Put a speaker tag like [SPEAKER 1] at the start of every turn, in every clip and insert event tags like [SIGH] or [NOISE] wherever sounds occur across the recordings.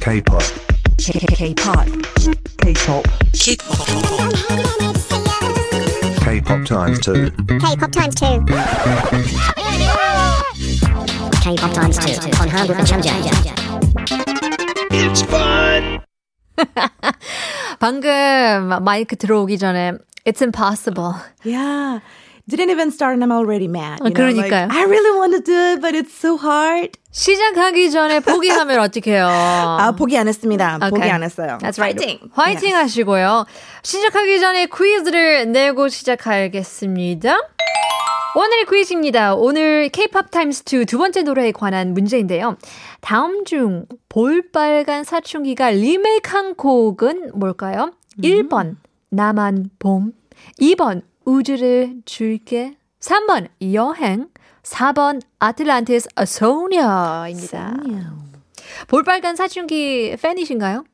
[SPEAKER 1] K-pop,
[SPEAKER 2] K-pop.
[SPEAKER 3] K-pop,
[SPEAKER 1] K-pop times two,
[SPEAKER 4] K-pop times two. K-pop times two on Hamburg and Changjiang.
[SPEAKER 2] 방금 마이크 들어오기 전에 It's impossible.
[SPEAKER 3] yeah. Didn't even start and I'm already mad. You know, like,
[SPEAKER 2] 그러니까요.
[SPEAKER 3] I really want to do it, but it's so hard.
[SPEAKER 2] 시작하기 전에 포기하면 어떡해요?
[SPEAKER 3] 아, 포기 안 했습니다. 포기
[SPEAKER 2] Okay.
[SPEAKER 3] 안 했어요.
[SPEAKER 2] That's right.
[SPEAKER 3] Fighting.
[SPEAKER 2] 화이팅 하시고요. 시작하기 전에 퀴즈를 내고 시작하겠습니다. 오늘의 퀴즈입니다. 오늘 K-pop Times 2 두 번째 노래에 관한 문제인데요. 다음 중 볼빨간 사춘기가 리메이크한 곡은 뭘까요? 1번 나만 봄, 2번 우주를 줄게, 3번 여행, 4번 아틀란티스 소녀입니다. 볼빨간 사춘기 팬이신가요?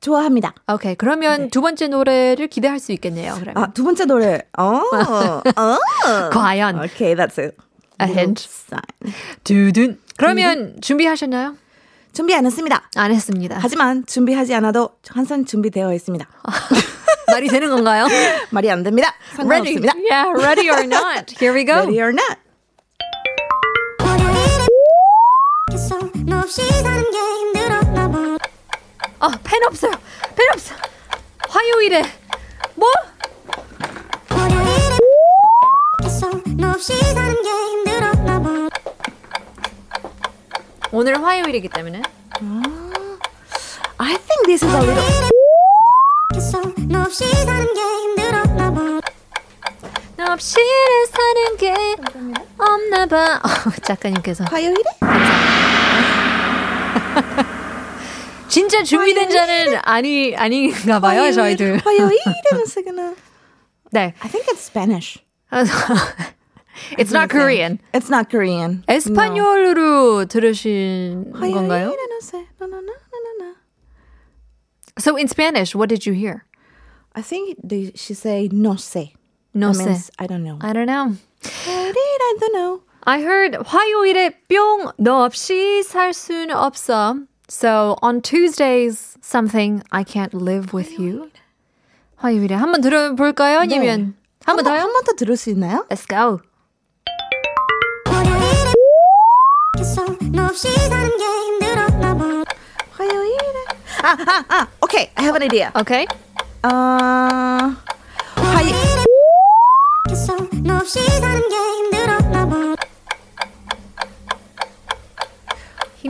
[SPEAKER 3] 좋아합니다.
[SPEAKER 2] 오케이. 그러면 두 번째 노래를 기대할 수 있겠네요. 그러면.
[SPEAKER 3] 네. 아, 두 번째 노래.
[SPEAKER 2] [LAUGHS]
[SPEAKER 3] 어. 어.
[SPEAKER 2] 과연
[SPEAKER 3] Okay, that's it.
[SPEAKER 2] A hint.
[SPEAKER 3] sign.
[SPEAKER 2] 두둔. 그러면 준비하셨나요?
[SPEAKER 3] 준비 안 했습니다.
[SPEAKER 2] 안 했습니다.
[SPEAKER 3] 하지만 준비하지 않아도 항상 준비되어 있습니다.
[SPEAKER 2] 말이 되는
[SPEAKER 3] [LAUGHS]
[SPEAKER 2] 건가요? [LAUGHS]
[SPEAKER 3] 말이 안 됩니다.
[SPEAKER 2] ready.
[SPEAKER 3] 상관없습니다.
[SPEAKER 2] Yeah, ready or not. Here we go.
[SPEAKER 3] Ready or not.
[SPEAKER 2] 아, 펜 없어요. 펜 없어. 화요일에 뭐? 오늘 화요일이기 때문에.
[SPEAKER 3] I think this is a little
[SPEAKER 2] 나 없이 사는 게 없나 봐. 어, 작가님께서
[SPEAKER 3] 화요일에?
[SPEAKER 2] 진짜 준비된 자는 아니 아닌가 봐요,
[SPEAKER 3] 화요일,
[SPEAKER 2] 저희들.
[SPEAKER 3] 화요일이면서 그냥 [LAUGHS]
[SPEAKER 2] 네. [LAUGHS]
[SPEAKER 3] I think it's Spanish.
[SPEAKER 2] It's not Korean.
[SPEAKER 3] It's not Korean.
[SPEAKER 2] 에스파뇰어로 들으신
[SPEAKER 3] no.
[SPEAKER 2] 건가요?
[SPEAKER 3] 화요일이라면서, no, no, no, no, no, no.
[SPEAKER 2] So in Spanish, what did you hear?
[SPEAKER 3] I think they, she say no sé.
[SPEAKER 2] No
[SPEAKER 3] That
[SPEAKER 2] sé.
[SPEAKER 3] means I don't know.
[SPEAKER 2] I don't know.
[SPEAKER 3] I, I don't know.
[SPEAKER 2] I heard 화요일에 뿅, 너 없이 살 순 없어. So on Tuesdays, something I can't live with you. 화요일에 한번 들어볼까요? 아니면 한번 더요?
[SPEAKER 3] 한번 더 들을 수 있나요?
[SPEAKER 2] Let's go.
[SPEAKER 3] 화요일에. 아, 아, 아. Okay, I have an idea.
[SPEAKER 2] Okay.
[SPEAKER 3] Uh, 화요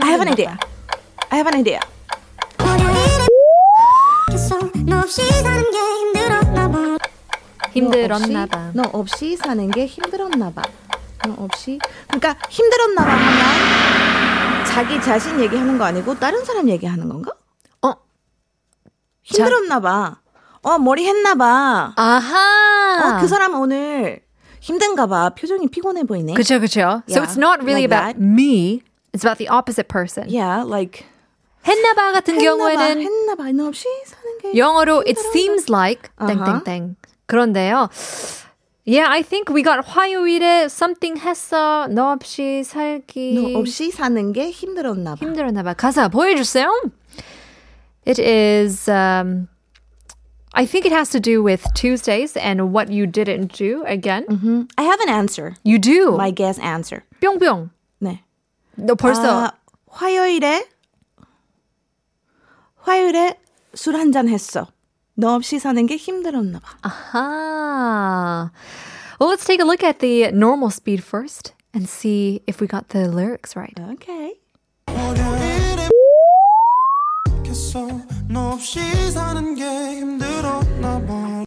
[SPEAKER 3] I have an idea. I have an idea.
[SPEAKER 2] 힘들었나 봐.
[SPEAKER 3] 너 없이 사는 게 힘들었나 봐. 너 없이 그러니까 힘들었나 봐 하면 자기 자신 얘기하는 거 아니고 다른 사람 얘기하는 건가?
[SPEAKER 2] 어.
[SPEAKER 3] 힘들었나 봐. 어 머리 했나 봐.
[SPEAKER 2] 아하.
[SPEAKER 3] 어 그 사람 오늘 힘든가 봐. 표정이 피곤해 보이네.
[SPEAKER 2] 그쵸, 그쵸. So
[SPEAKER 3] Yeah,
[SPEAKER 2] it's not really
[SPEAKER 3] like
[SPEAKER 2] about
[SPEAKER 3] that.
[SPEAKER 2] me. It's about the opposite person.
[SPEAKER 3] Yeah, like
[SPEAKER 2] 했나봐 같은
[SPEAKER 3] 했나 봐,
[SPEAKER 2] 경우에는
[SPEAKER 3] 했나 봐. 너 없이 사는 게
[SPEAKER 2] 영어로 it seems like 땡땡땡. 그런데요. Yeah, I think we got 화요일에 something 했어. 너 없이 살기
[SPEAKER 3] 너 없이 사는 게 힘들었나 봐.
[SPEAKER 2] 힘들었나 봐. 가사 보여주세요. It is um I think it has to do with Tuesdays and what you didn't do again.
[SPEAKER 3] I have an answer.
[SPEAKER 2] You do.
[SPEAKER 3] Mm-hmm. My guess answer.
[SPEAKER 2] 뿅뿅.
[SPEAKER 3] 네.
[SPEAKER 2] 너 벌써
[SPEAKER 3] 아, 화요일에 화요일에 술 한 잔 했어. 너 없이 사는 게 힘들었나 봐.
[SPEAKER 2] Ah. Well, let's take a look at the normal speed first and see if we got the lyrics right.
[SPEAKER 3] 오케이.
[SPEAKER 5] 너 없이 사는 게 힘들었나 봐.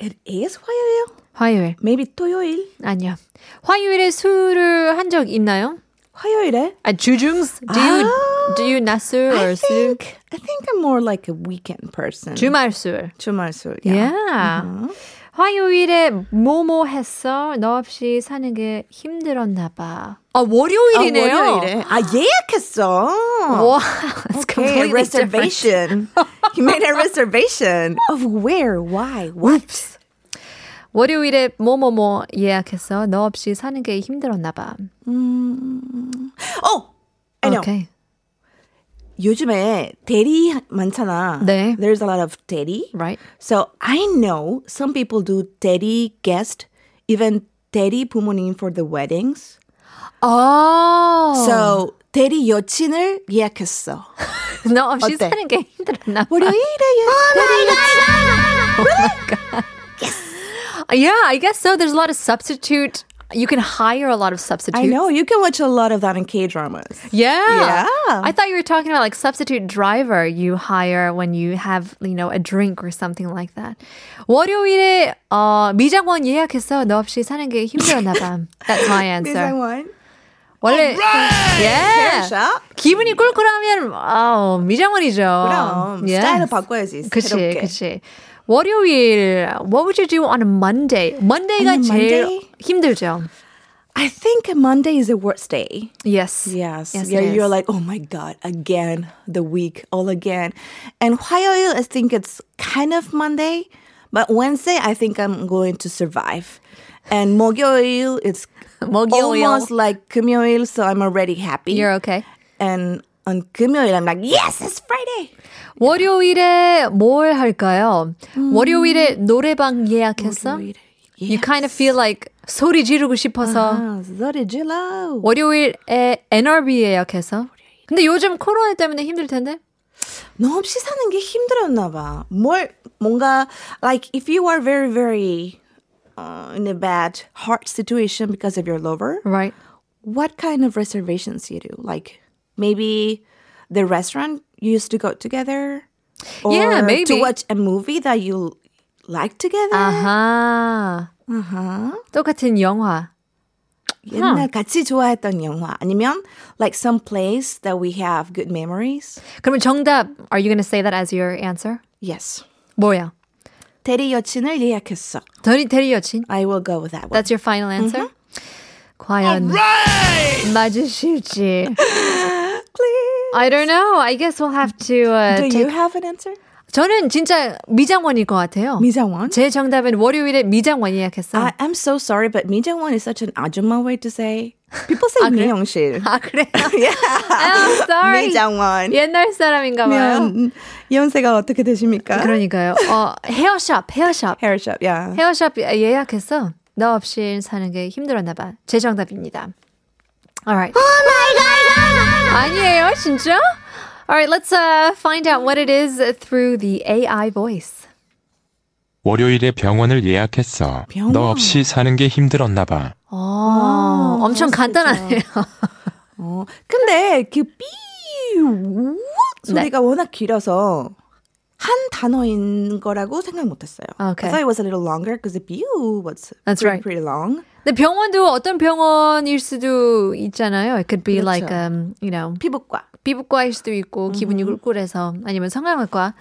[SPEAKER 3] It is 화요일.
[SPEAKER 2] 화요일.
[SPEAKER 3] Maybe 토요일.
[SPEAKER 2] 아니요. 화요일에 술을 한 적 있나요?
[SPEAKER 3] 화요일에.
[SPEAKER 2] 아, 주중스? Do you, do you 낮술 or
[SPEAKER 3] I
[SPEAKER 2] 술?
[SPEAKER 3] think I think I'm more like a weekend person.
[SPEAKER 2] 주말 술.
[SPEAKER 3] 주말 술.
[SPEAKER 2] Yeah. Uh-huh.
[SPEAKER 3] Yeah.
[SPEAKER 2] 화요일에 뭐뭐 했어? 너 없이 사는 게 힘들었나 봐. 아, 월요일이네요.
[SPEAKER 3] 아, 월요일에. 아 예약했어.
[SPEAKER 2] [LAUGHS] 와, it's
[SPEAKER 3] Okay, a
[SPEAKER 2] completely different.
[SPEAKER 3] reservation. He made a reservation of where, why, what.
[SPEAKER 2] 월요일에 뭐뭐뭐 예약했어. 너 없이 사는 게 힘들었나 봐.
[SPEAKER 3] Oh, I know.
[SPEAKER 2] Okay.
[SPEAKER 3] 요즘에 대리 많잖아.
[SPEAKER 2] 네.
[SPEAKER 3] There's a lot of 대리.
[SPEAKER 2] Right.
[SPEAKER 3] So I know some people do 대리 guest, even 대리 부모님 for the weddings.
[SPEAKER 2] Oh.
[SPEAKER 3] So 대리 여친을
[SPEAKER 2] [LAUGHS]
[SPEAKER 3] 예약했어.
[SPEAKER 2] 너 없이
[SPEAKER 3] 어때?
[SPEAKER 2] 사는 게 [LAUGHS] 힘들었나 봐.
[SPEAKER 3] 월요일에
[SPEAKER 2] [LAUGHS]
[SPEAKER 3] 대리 여친.
[SPEAKER 2] Oh Yeah, I guess so. There's a lot of substitute. You can hire a lot of substitutes.
[SPEAKER 3] I know you can watch a lot of that in K dramas.
[SPEAKER 2] Yeah.
[SPEAKER 3] Yeah.
[SPEAKER 2] I thought you were talking about like substitute driver you hire when you have, you know, a drink or something like that. 월요일에 어, 미장원 예약해서 너 없이 사는 게 힘들었나 봐. That's
[SPEAKER 3] [LAUGHS]
[SPEAKER 2] my answer.
[SPEAKER 3] 미장원.
[SPEAKER 2] 원래 yeah.
[SPEAKER 3] 샵.
[SPEAKER 2] 기분이 꿀꿀하면 아우, 미장원이죠.
[SPEAKER 3] 그럼
[SPEAKER 2] Oh, Yes.
[SPEAKER 3] 스타일을 바꿔야지.
[SPEAKER 2] 그치,
[SPEAKER 3] 새롭게.
[SPEAKER 2] 그치. 월요일, what would you do on a Monday? Monday가
[SPEAKER 3] On a
[SPEAKER 2] 제일
[SPEAKER 3] Monday?
[SPEAKER 2] 힘들죠.
[SPEAKER 3] I think Monday is the worst day.
[SPEAKER 2] Yes.
[SPEAKER 3] Yes.
[SPEAKER 2] Yes,
[SPEAKER 3] yeah,
[SPEAKER 2] it
[SPEAKER 3] you're
[SPEAKER 2] is.
[SPEAKER 3] like, oh my God, again, the week, all again. And 화요일, I think it's kind of Monday, but Wednesday, I think I'm going to survive. And 목요일, it's
[SPEAKER 2] 목요일.
[SPEAKER 3] almost like 금요일, so I'm already happy.
[SPEAKER 2] You're okay.
[SPEAKER 3] And on 금요일, I'm like, yes, it's Friday.
[SPEAKER 2] 월요일에 뭘 할까요?
[SPEAKER 3] 음.
[SPEAKER 2] 월요일에 노래방 예약했어?
[SPEAKER 3] 월요일에
[SPEAKER 2] You kind of feel like 소리 지르고 싶어서
[SPEAKER 3] 아, 소리 질러.
[SPEAKER 2] 월요일에 NRB 예약해서 근데 요즘 코로나 때문에 힘들 텐데
[SPEAKER 3] 너 없이 사는 게 힘들었나 봐. 뭘 뭔가 like if you are very very uh, in a bad hard situation because of your lover,
[SPEAKER 2] Right
[SPEAKER 3] what kind of reservations you do? Like maybe the restaurant you used to go together, or
[SPEAKER 2] Yeah,
[SPEAKER 3] to
[SPEAKER 2] maybe. Uh-huh.
[SPEAKER 3] watch a movie that you like together.
[SPEAKER 2] 아하 똑같은 영화
[SPEAKER 3] 옛날 같이 좋아했던 영화 아니면 like some place that we have good memories.
[SPEAKER 2] 그러면 정답 Are you gonna say that as your answer?
[SPEAKER 3] Yes.
[SPEAKER 2] 뭐야?
[SPEAKER 3] 대리 여친을 예약했어.
[SPEAKER 2] 대리, 대리 여친?
[SPEAKER 3] I will go with that one.
[SPEAKER 2] That's your final answer? 과연 맞으실지
[SPEAKER 3] Please.
[SPEAKER 2] I don't know. I guess we'll have to uh,
[SPEAKER 3] Do
[SPEAKER 2] take
[SPEAKER 3] you have an answer?
[SPEAKER 2] 저는 진짜 미장원일 것 같아요.
[SPEAKER 3] 미장원? 아,
[SPEAKER 2] 제 정답은 월요일에 미장원 예약했어.
[SPEAKER 3] I, I'm so sorry, but 미장원 is such an ajumma way to say. People
[SPEAKER 2] [LAUGHS]
[SPEAKER 3] say 미용실.
[SPEAKER 2] 아, 그래요?
[SPEAKER 3] [LAUGHS] yeah.
[SPEAKER 2] I'm sorry.
[SPEAKER 3] 미장원.
[SPEAKER 2] 옛날 사람인가 봐요.
[SPEAKER 3] 면 연세가 어떻게 되십니까?
[SPEAKER 2] 그러니까요. 어, 헤어샵, 헤어샵.
[SPEAKER 3] 헤어샵, yeah.
[SPEAKER 2] 헤어샵 예약했어. 너 없이 사는 게 힘들었나 봐. 제 정답입니다.
[SPEAKER 3] Oh
[SPEAKER 2] Alright. 아니에요, 진짜? Alright, let's uh, find out what it is through the AI voice.
[SPEAKER 6] 월요일에 병원을 예약했어.
[SPEAKER 3] 병원.
[SPEAKER 6] 너 없이 사는 게 힘들었나 봐.
[SPEAKER 3] 아,
[SPEAKER 2] 어, 엄청 간단하네요. [LAUGHS]
[SPEAKER 3] 어, 근데 그삐 소리가 워낙 길어서 한 단어인 거라고 생각 못했어요.
[SPEAKER 2] Okay.
[SPEAKER 3] I thought it was a little longer because the 삐 was
[SPEAKER 2] That's
[SPEAKER 3] pretty,
[SPEAKER 2] right.
[SPEAKER 3] pretty long.
[SPEAKER 2] 근데 병원도 어떤 병원일 수도 있잖아요. It could be
[SPEAKER 3] 그렇죠. 음.
[SPEAKER 2] like, um, you know, [LAUGHS]
[SPEAKER 3] 피부과.
[SPEAKER 2] 피부과일 수도 있고 기분이 꿀꿀해서 아니면 성형외과.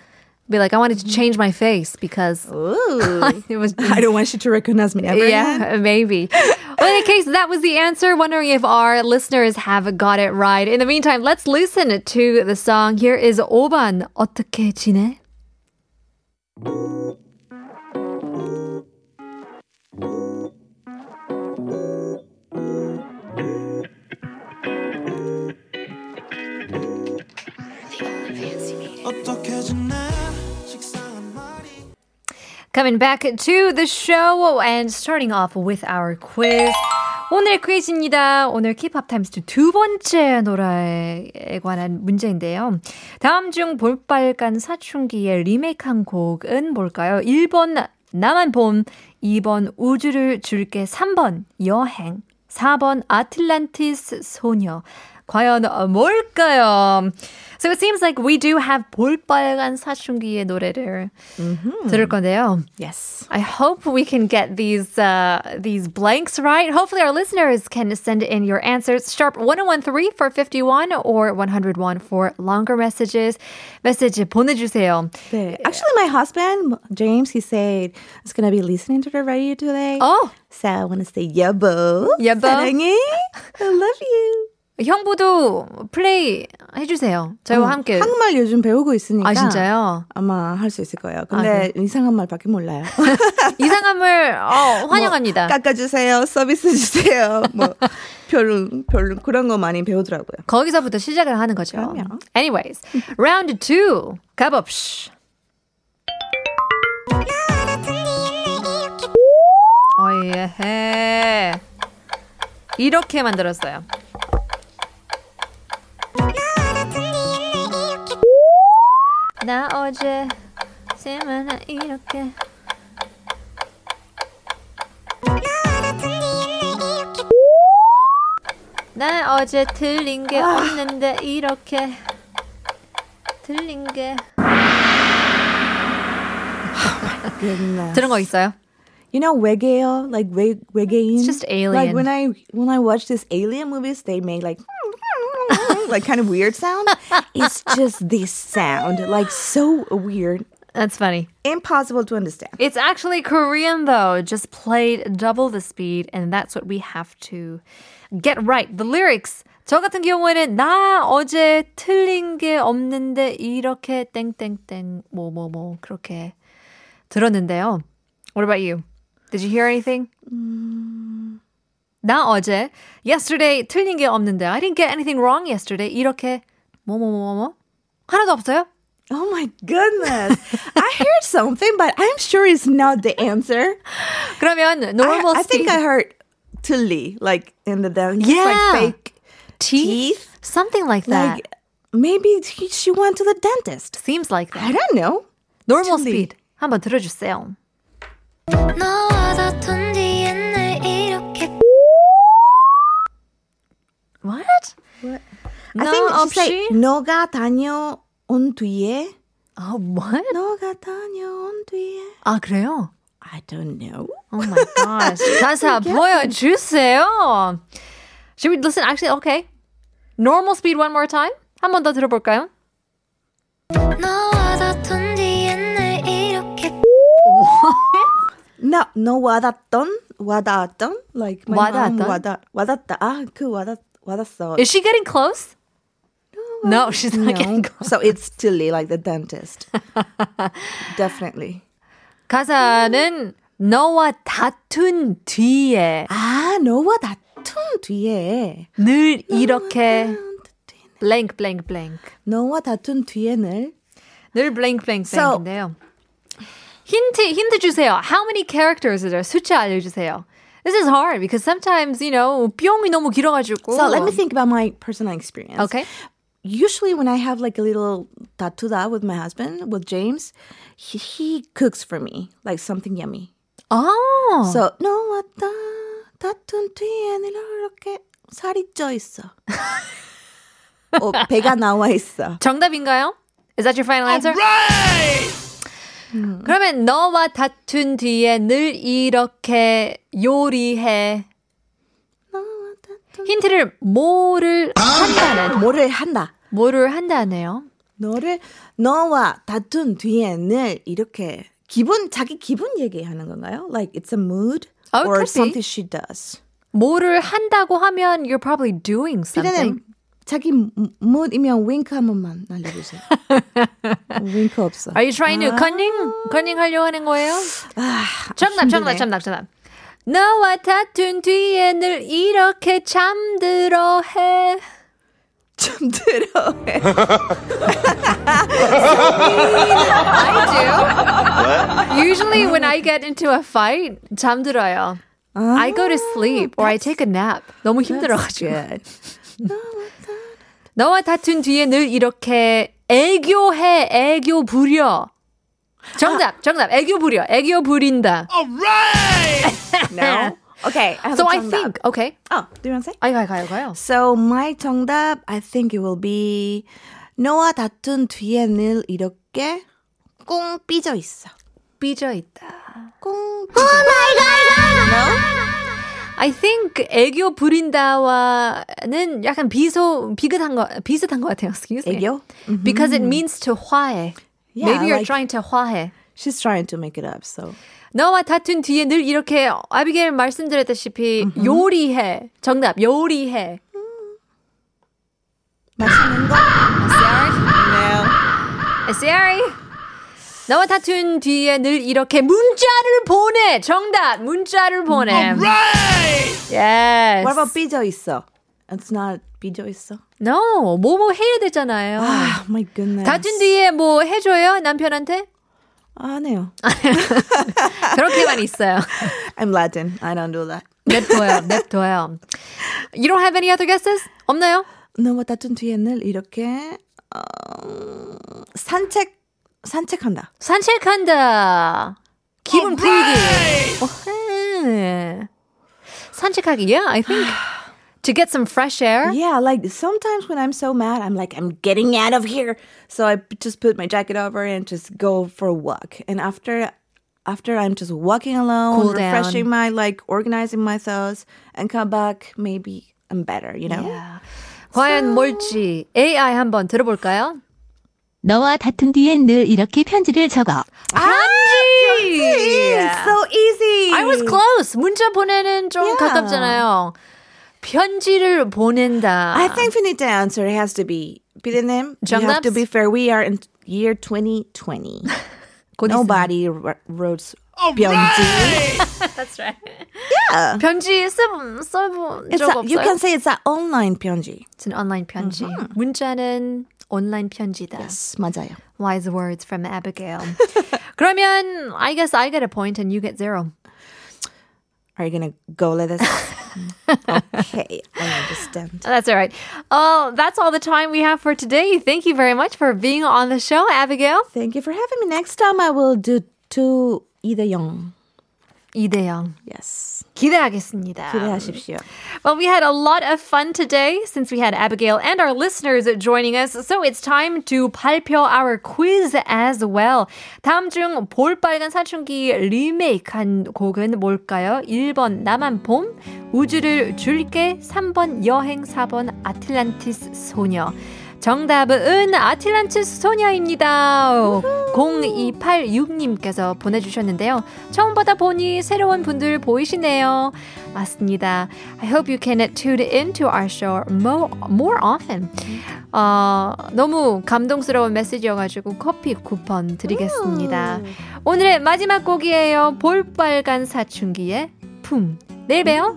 [SPEAKER 2] Be like, I wanted to change my face because
[SPEAKER 3] Ooh.
[SPEAKER 2] it was.
[SPEAKER 3] 어. I don't want you to recognize me ever. again.
[SPEAKER 2] Yeah, [LAUGHS] maybe. Well, in any case, that was the answer. Wondering if our listeners have got it right. In the meantime, let's listen to the song. Here is 5번 어떻게 지내?
[SPEAKER 5] 어떻게 지내 식상한 말이
[SPEAKER 2] Coming back to the show and starting off with our quiz. 오늘 퀴즈입니다. 오늘 K-pop 타임스 두 번째 노래에 관한 문제인데요. 다음 중 볼빨간 사춘기의 리메이크한 곡은 뭘까요? 1번 나만 봄, 2번 우주를 줄게, 3번 여행, 4번 아틀란티스 소녀. 과연 어, 뭘까요? So it seems like we do have 볼빨간 사춘기의 노래를
[SPEAKER 3] Mm-hmm.
[SPEAKER 2] 들을 건데요.
[SPEAKER 3] Yes.
[SPEAKER 2] I hope we can get these uh, these blanks right. Hopefully, our listeners can send in your answers. Sharp 1013 for 51 or 101 for longer messages. 메시지 보내주세요.
[SPEAKER 3] 네. Actually, my husband James, he said he's gonna be listening to the radio today.
[SPEAKER 2] Oh.
[SPEAKER 3] so I want to say yabo,
[SPEAKER 2] Yabo.
[SPEAKER 3] 사랑해, I love you.
[SPEAKER 2] 형부도 플레이 해주세요. 저희와
[SPEAKER 3] 어,
[SPEAKER 2] 함께.
[SPEAKER 3] 한국말 요즘 배우고 있으니까
[SPEAKER 2] 아 진짜요?
[SPEAKER 3] 아마 할 수 있을 거예요. 근데
[SPEAKER 2] 아, 네.
[SPEAKER 3] 이상한 말밖에 몰라요.
[SPEAKER 2] 이상함을 어, [LAUGHS] 환영합니다.
[SPEAKER 3] 뭐, 깎아주세요. 서비스 주세요.
[SPEAKER 2] [LAUGHS]
[SPEAKER 3] 뭐 별로 별로 그런 거 많이 배우더라고요.
[SPEAKER 2] 거기서부터 시작을 하는 거죠.
[SPEAKER 3] 그럼요.
[SPEAKER 2] Anyways, round two 가봅시. 어예. 이렇게 만들었어요. 나 어제 세마나 이렇게 난 어제 들린 게 없는데 이렇게 들린 게
[SPEAKER 3] 옛날.
[SPEAKER 2] 들은 거 있어요?
[SPEAKER 3] You know 외계요, like 외 외계인.
[SPEAKER 2] It's just alien.
[SPEAKER 3] Like when I when I watch these alien movies, they make like [LAUGHS] like kind of weird sound. it's just this sound, like so weird,
[SPEAKER 2] That's funny.
[SPEAKER 3] impossible to understand.
[SPEAKER 2] It's actually Korean though, just played double the speed, and that's what we have to get right. The lyrics. 저 같은 경우에는 나 어제 틀린 게 없는데 이렇게 땡땡땡 뭐 뭐 뭐 그렇게 들었는데요. What about you? Did you hear anything? 나 어제 yesterday 틀린 게 없는데 I didn't get anything wrong yesterday 이렇게 뭐 뭐 뭐 뭐 하나도 없어요?
[SPEAKER 3] Oh my goodness!
[SPEAKER 2] [LAUGHS]
[SPEAKER 3] I heard something, but I'm sure it's not the answer.
[SPEAKER 2] 그러면
[SPEAKER 3] I,
[SPEAKER 2] normal
[SPEAKER 3] I
[SPEAKER 2] speed.
[SPEAKER 3] think I heard Tilly, like in the dance,
[SPEAKER 2] Yeah.
[SPEAKER 3] like fake
[SPEAKER 2] teeth?
[SPEAKER 3] teeth.
[SPEAKER 2] Something like that.
[SPEAKER 3] Like maybe he, she went to the dentist.
[SPEAKER 2] Seems like
[SPEAKER 3] I
[SPEAKER 2] that.
[SPEAKER 3] don't know.
[SPEAKER 2] Normal
[SPEAKER 3] Actually.
[SPEAKER 2] speed. 한번 들어주세요. What?
[SPEAKER 3] I think
[SPEAKER 2] No,
[SPEAKER 3] she
[SPEAKER 2] 없이?
[SPEAKER 3] said 너가 다녀온 뒤에
[SPEAKER 2] Oh, what?
[SPEAKER 3] 너가 다녀온 뒤에
[SPEAKER 2] 아, 그래요?
[SPEAKER 3] I don't know.
[SPEAKER 2] Oh my [LAUGHS] gosh. 가사 보여주세요. Should we listen? Actually, okay. Normal speed one more time. 한 번 더 들어볼까요?
[SPEAKER 3] 나, 너 와닿던? 와닿았던? Like my
[SPEAKER 2] 와닿았던?
[SPEAKER 3] mom 와닿, 와닿다. 아, 그 와닿, 와닿았어.
[SPEAKER 2] Is she getting close? No, she's not
[SPEAKER 3] no.
[SPEAKER 2] getting close.
[SPEAKER 3] So it's Tilly, like the dentist. Definitely.
[SPEAKER 2] 가사는 너와 다툰 뒤에
[SPEAKER 3] 아, 너와 다툰 뒤에
[SPEAKER 2] 늘 이렇게 blank blank blank.
[SPEAKER 3] 너와 다툰 뒤에는
[SPEAKER 2] 늘 blank blank
[SPEAKER 3] So-
[SPEAKER 2] blank인데요. 힌트 힌트 주세요. How many characters is there? 숫자 알려주세요. This is hard because sometimes you know 뿅이 너무 길어가지고.
[SPEAKER 3] So let me think about my personal experience.
[SPEAKER 2] Okay.
[SPEAKER 3] usually when I have like a little tatuda with my husband, with James, he, he cooks for me like something yummy.
[SPEAKER 2] Oh.
[SPEAKER 3] So no 왔다 다툰 뒤에는 이렇게 살이 쪄 있어.
[SPEAKER 2] [LAUGHS]
[SPEAKER 3] 어, 배가 나와 있어.
[SPEAKER 2] 정답인가요? Is that your final answer? 음. 그러면 너와 다툰 뒤에 늘 이렇게 요리해.
[SPEAKER 3] 너와 다툰-
[SPEAKER 2] 힌트를 뭐를 한다는
[SPEAKER 3] 뭐를 한다.
[SPEAKER 2] 뭐를 한다네요.
[SPEAKER 3] 너를 너와 다툰 뒤에는 이렇게 기분 자기 기분 얘기하는 건가요? Like it's a mood
[SPEAKER 2] Oh, it
[SPEAKER 3] or
[SPEAKER 2] could be.
[SPEAKER 3] something she does.
[SPEAKER 2] 뭐를 한다고 하면 you're probably doing something.
[SPEAKER 3] 피디님 자기 무- 무드이면 윙크 한 번만
[SPEAKER 2] [LAUGHS]
[SPEAKER 3] 날려주세요. 윙크 없어.
[SPEAKER 2] Are you trying
[SPEAKER 3] 아.
[SPEAKER 2] to cunning? cunning 하려고 하는 거예요? 정답, 정답,
[SPEAKER 3] 힘드네.
[SPEAKER 2] 정답, 정답. 너와 다툰 뒤에 늘 이렇게 잠들어 해.
[SPEAKER 3] 좀 들어.
[SPEAKER 2] I do. Usually when I get into a fight, 잠들어요. I go to sleep or I take a nap. 너무 힘들어가지고. 너와 다툰 뒤에 늘 이렇게 애교해, 애교 부려. 정답, 정답. 애교 부려, 애교 부린다.
[SPEAKER 3] No. [LAUGHS] Okay. I have
[SPEAKER 2] So
[SPEAKER 3] a
[SPEAKER 2] I
[SPEAKER 3] 정답.
[SPEAKER 2] think, okay.
[SPEAKER 3] Oh, do you want to say?
[SPEAKER 2] 아이 가요 가요 가요.
[SPEAKER 3] So my 정답, I think it will be 너와 다툰 뒤에 늘 이렇게 꽁 삐져 있어.
[SPEAKER 2] 삐져 있다.
[SPEAKER 3] 꽁. 삐져. Oh my god. No.
[SPEAKER 2] I think 애교 부린다와는 약간 비소 비슷한 거 비슷한 것 같아요. Excuse me.
[SPEAKER 3] 애교?
[SPEAKER 2] Because it means to 화해.
[SPEAKER 3] Yeah,
[SPEAKER 2] Maybe you're
[SPEAKER 3] like-
[SPEAKER 2] trying to 화해.
[SPEAKER 3] She's trying to make it up. So.
[SPEAKER 2] 너와 다툰 뒤에 늘 이렇게
[SPEAKER 3] Mm-hmm.
[SPEAKER 2] 아비게일 말씀드렸다시피 요리해. 정답 요리해.
[SPEAKER 3] 맛있는 거?
[SPEAKER 2] SR?
[SPEAKER 3] No.
[SPEAKER 2] SR? 너와 다툰 뒤에 늘 이렇게 문자를 보내. 정답. 문자를 보내. Yes.
[SPEAKER 3] What about 삐져 있어? It's not 삐져 있어.
[SPEAKER 2] No. 뭐뭐 해야 되잖아요.
[SPEAKER 3] Ah, my goodness.
[SPEAKER 2] 다툰 뒤에 뭐 해줘요? 남편한테?
[SPEAKER 3] 안 해요.
[SPEAKER 2] 그렇게만
[SPEAKER 3] [LAUGHS]
[SPEAKER 2] 있어요.
[SPEAKER 3] I'm Latin. I don't do that.
[SPEAKER 2] 냅둬요. 냅둬요. You don't have any other guesses? 없나요?
[SPEAKER 3] 너무 다툰 뒤에는 이렇게 어, 산책 산책한다.
[SPEAKER 2] 산책한다. 기분 풀기. 어헤. 산책하기. Yeah, I think to get some fresh air.
[SPEAKER 3] Yeah, like sometimes when I'm so mad, I'm like, I'm getting out of here. So I p- just put my jacket over and just go for a walk. And after after I'm just walking alone,
[SPEAKER 2] Cool down.
[SPEAKER 3] refreshing my like organizing my thoughts and come back, maybe I'm better, you know?
[SPEAKER 2] 과연 뭘지 AI 한번 들어볼까요?
[SPEAKER 7] 너와 다툰 뒤엔 늘 이렇게 편지를 적어.
[SPEAKER 2] 안지.
[SPEAKER 3] It's 아, so easy.
[SPEAKER 2] I was close. 문자 보내는 좀
[SPEAKER 3] Yeah.
[SPEAKER 2] 가깝잖아요. 편지를 보낸다.
[SPEAKER 3] I think we need to answer. It has to be. Bidinem, you have to
[SPEAKER 2] 정답s?
[SPEAKER 3] be fair. We are in year 2020.
[SPEAKER 2] 곧
[SPEAKER 3] Nobody wr- wrote Byung
[SPEAKER 2] 아, 편지 써본적 없어요.
[SPEAKER 3] You can say Mm-hmm. it's an online Pyongji.
[SPEAKER 2] It's an online 편지. 문자는 온라인 편지다.
[SPEAKER 3] 맞아요.
[SPEAKER 2] Wise words from [LAUGHS] Abigail. 그러면 I guess I get a point and you get zero.
[SPEAKER 3] Are you gonna go like this? okay, I understand.
[SPEAKER 2] That's all right. Oh, that's all the time we have for today. Thank you very much for being on the show, Abigail.
[SPEAKER 3] Thank you for having me. Next time I will do two Ida Young.
[SPEAKER 2] 이대영.
[SPEAKER 3] Yes.
[SPEAKER 2] 기대하겠습니다.
[SPEAKER 3] 기대하십시오.
[SPEAKER 2] Well, we had a lot of fun today since we had Abigail and our listeners joining us. So it's time to 발표 our quiz as well. 다음 중 볼빨간 사춘기 리메이크한 곡은 뭘까요? 1번 나만 봄, 우주를 줄게, 3번 여행, 4번 아틀란티스 소녀. 정답은 아틀란티스 소녀입니다. 0286님께서 보내주셨는데요. 처음 받아보니 새로운 분들 보이시네요. 맞습니다. I hope you can tune into our show more, more often. 어, 너무 감동스러운 메시지여가지고 커피 쿠폰 드리겠습니다. 오늘의 마지막 곡이에요. 볼빨간 사춘기의 품. 내일 봬요.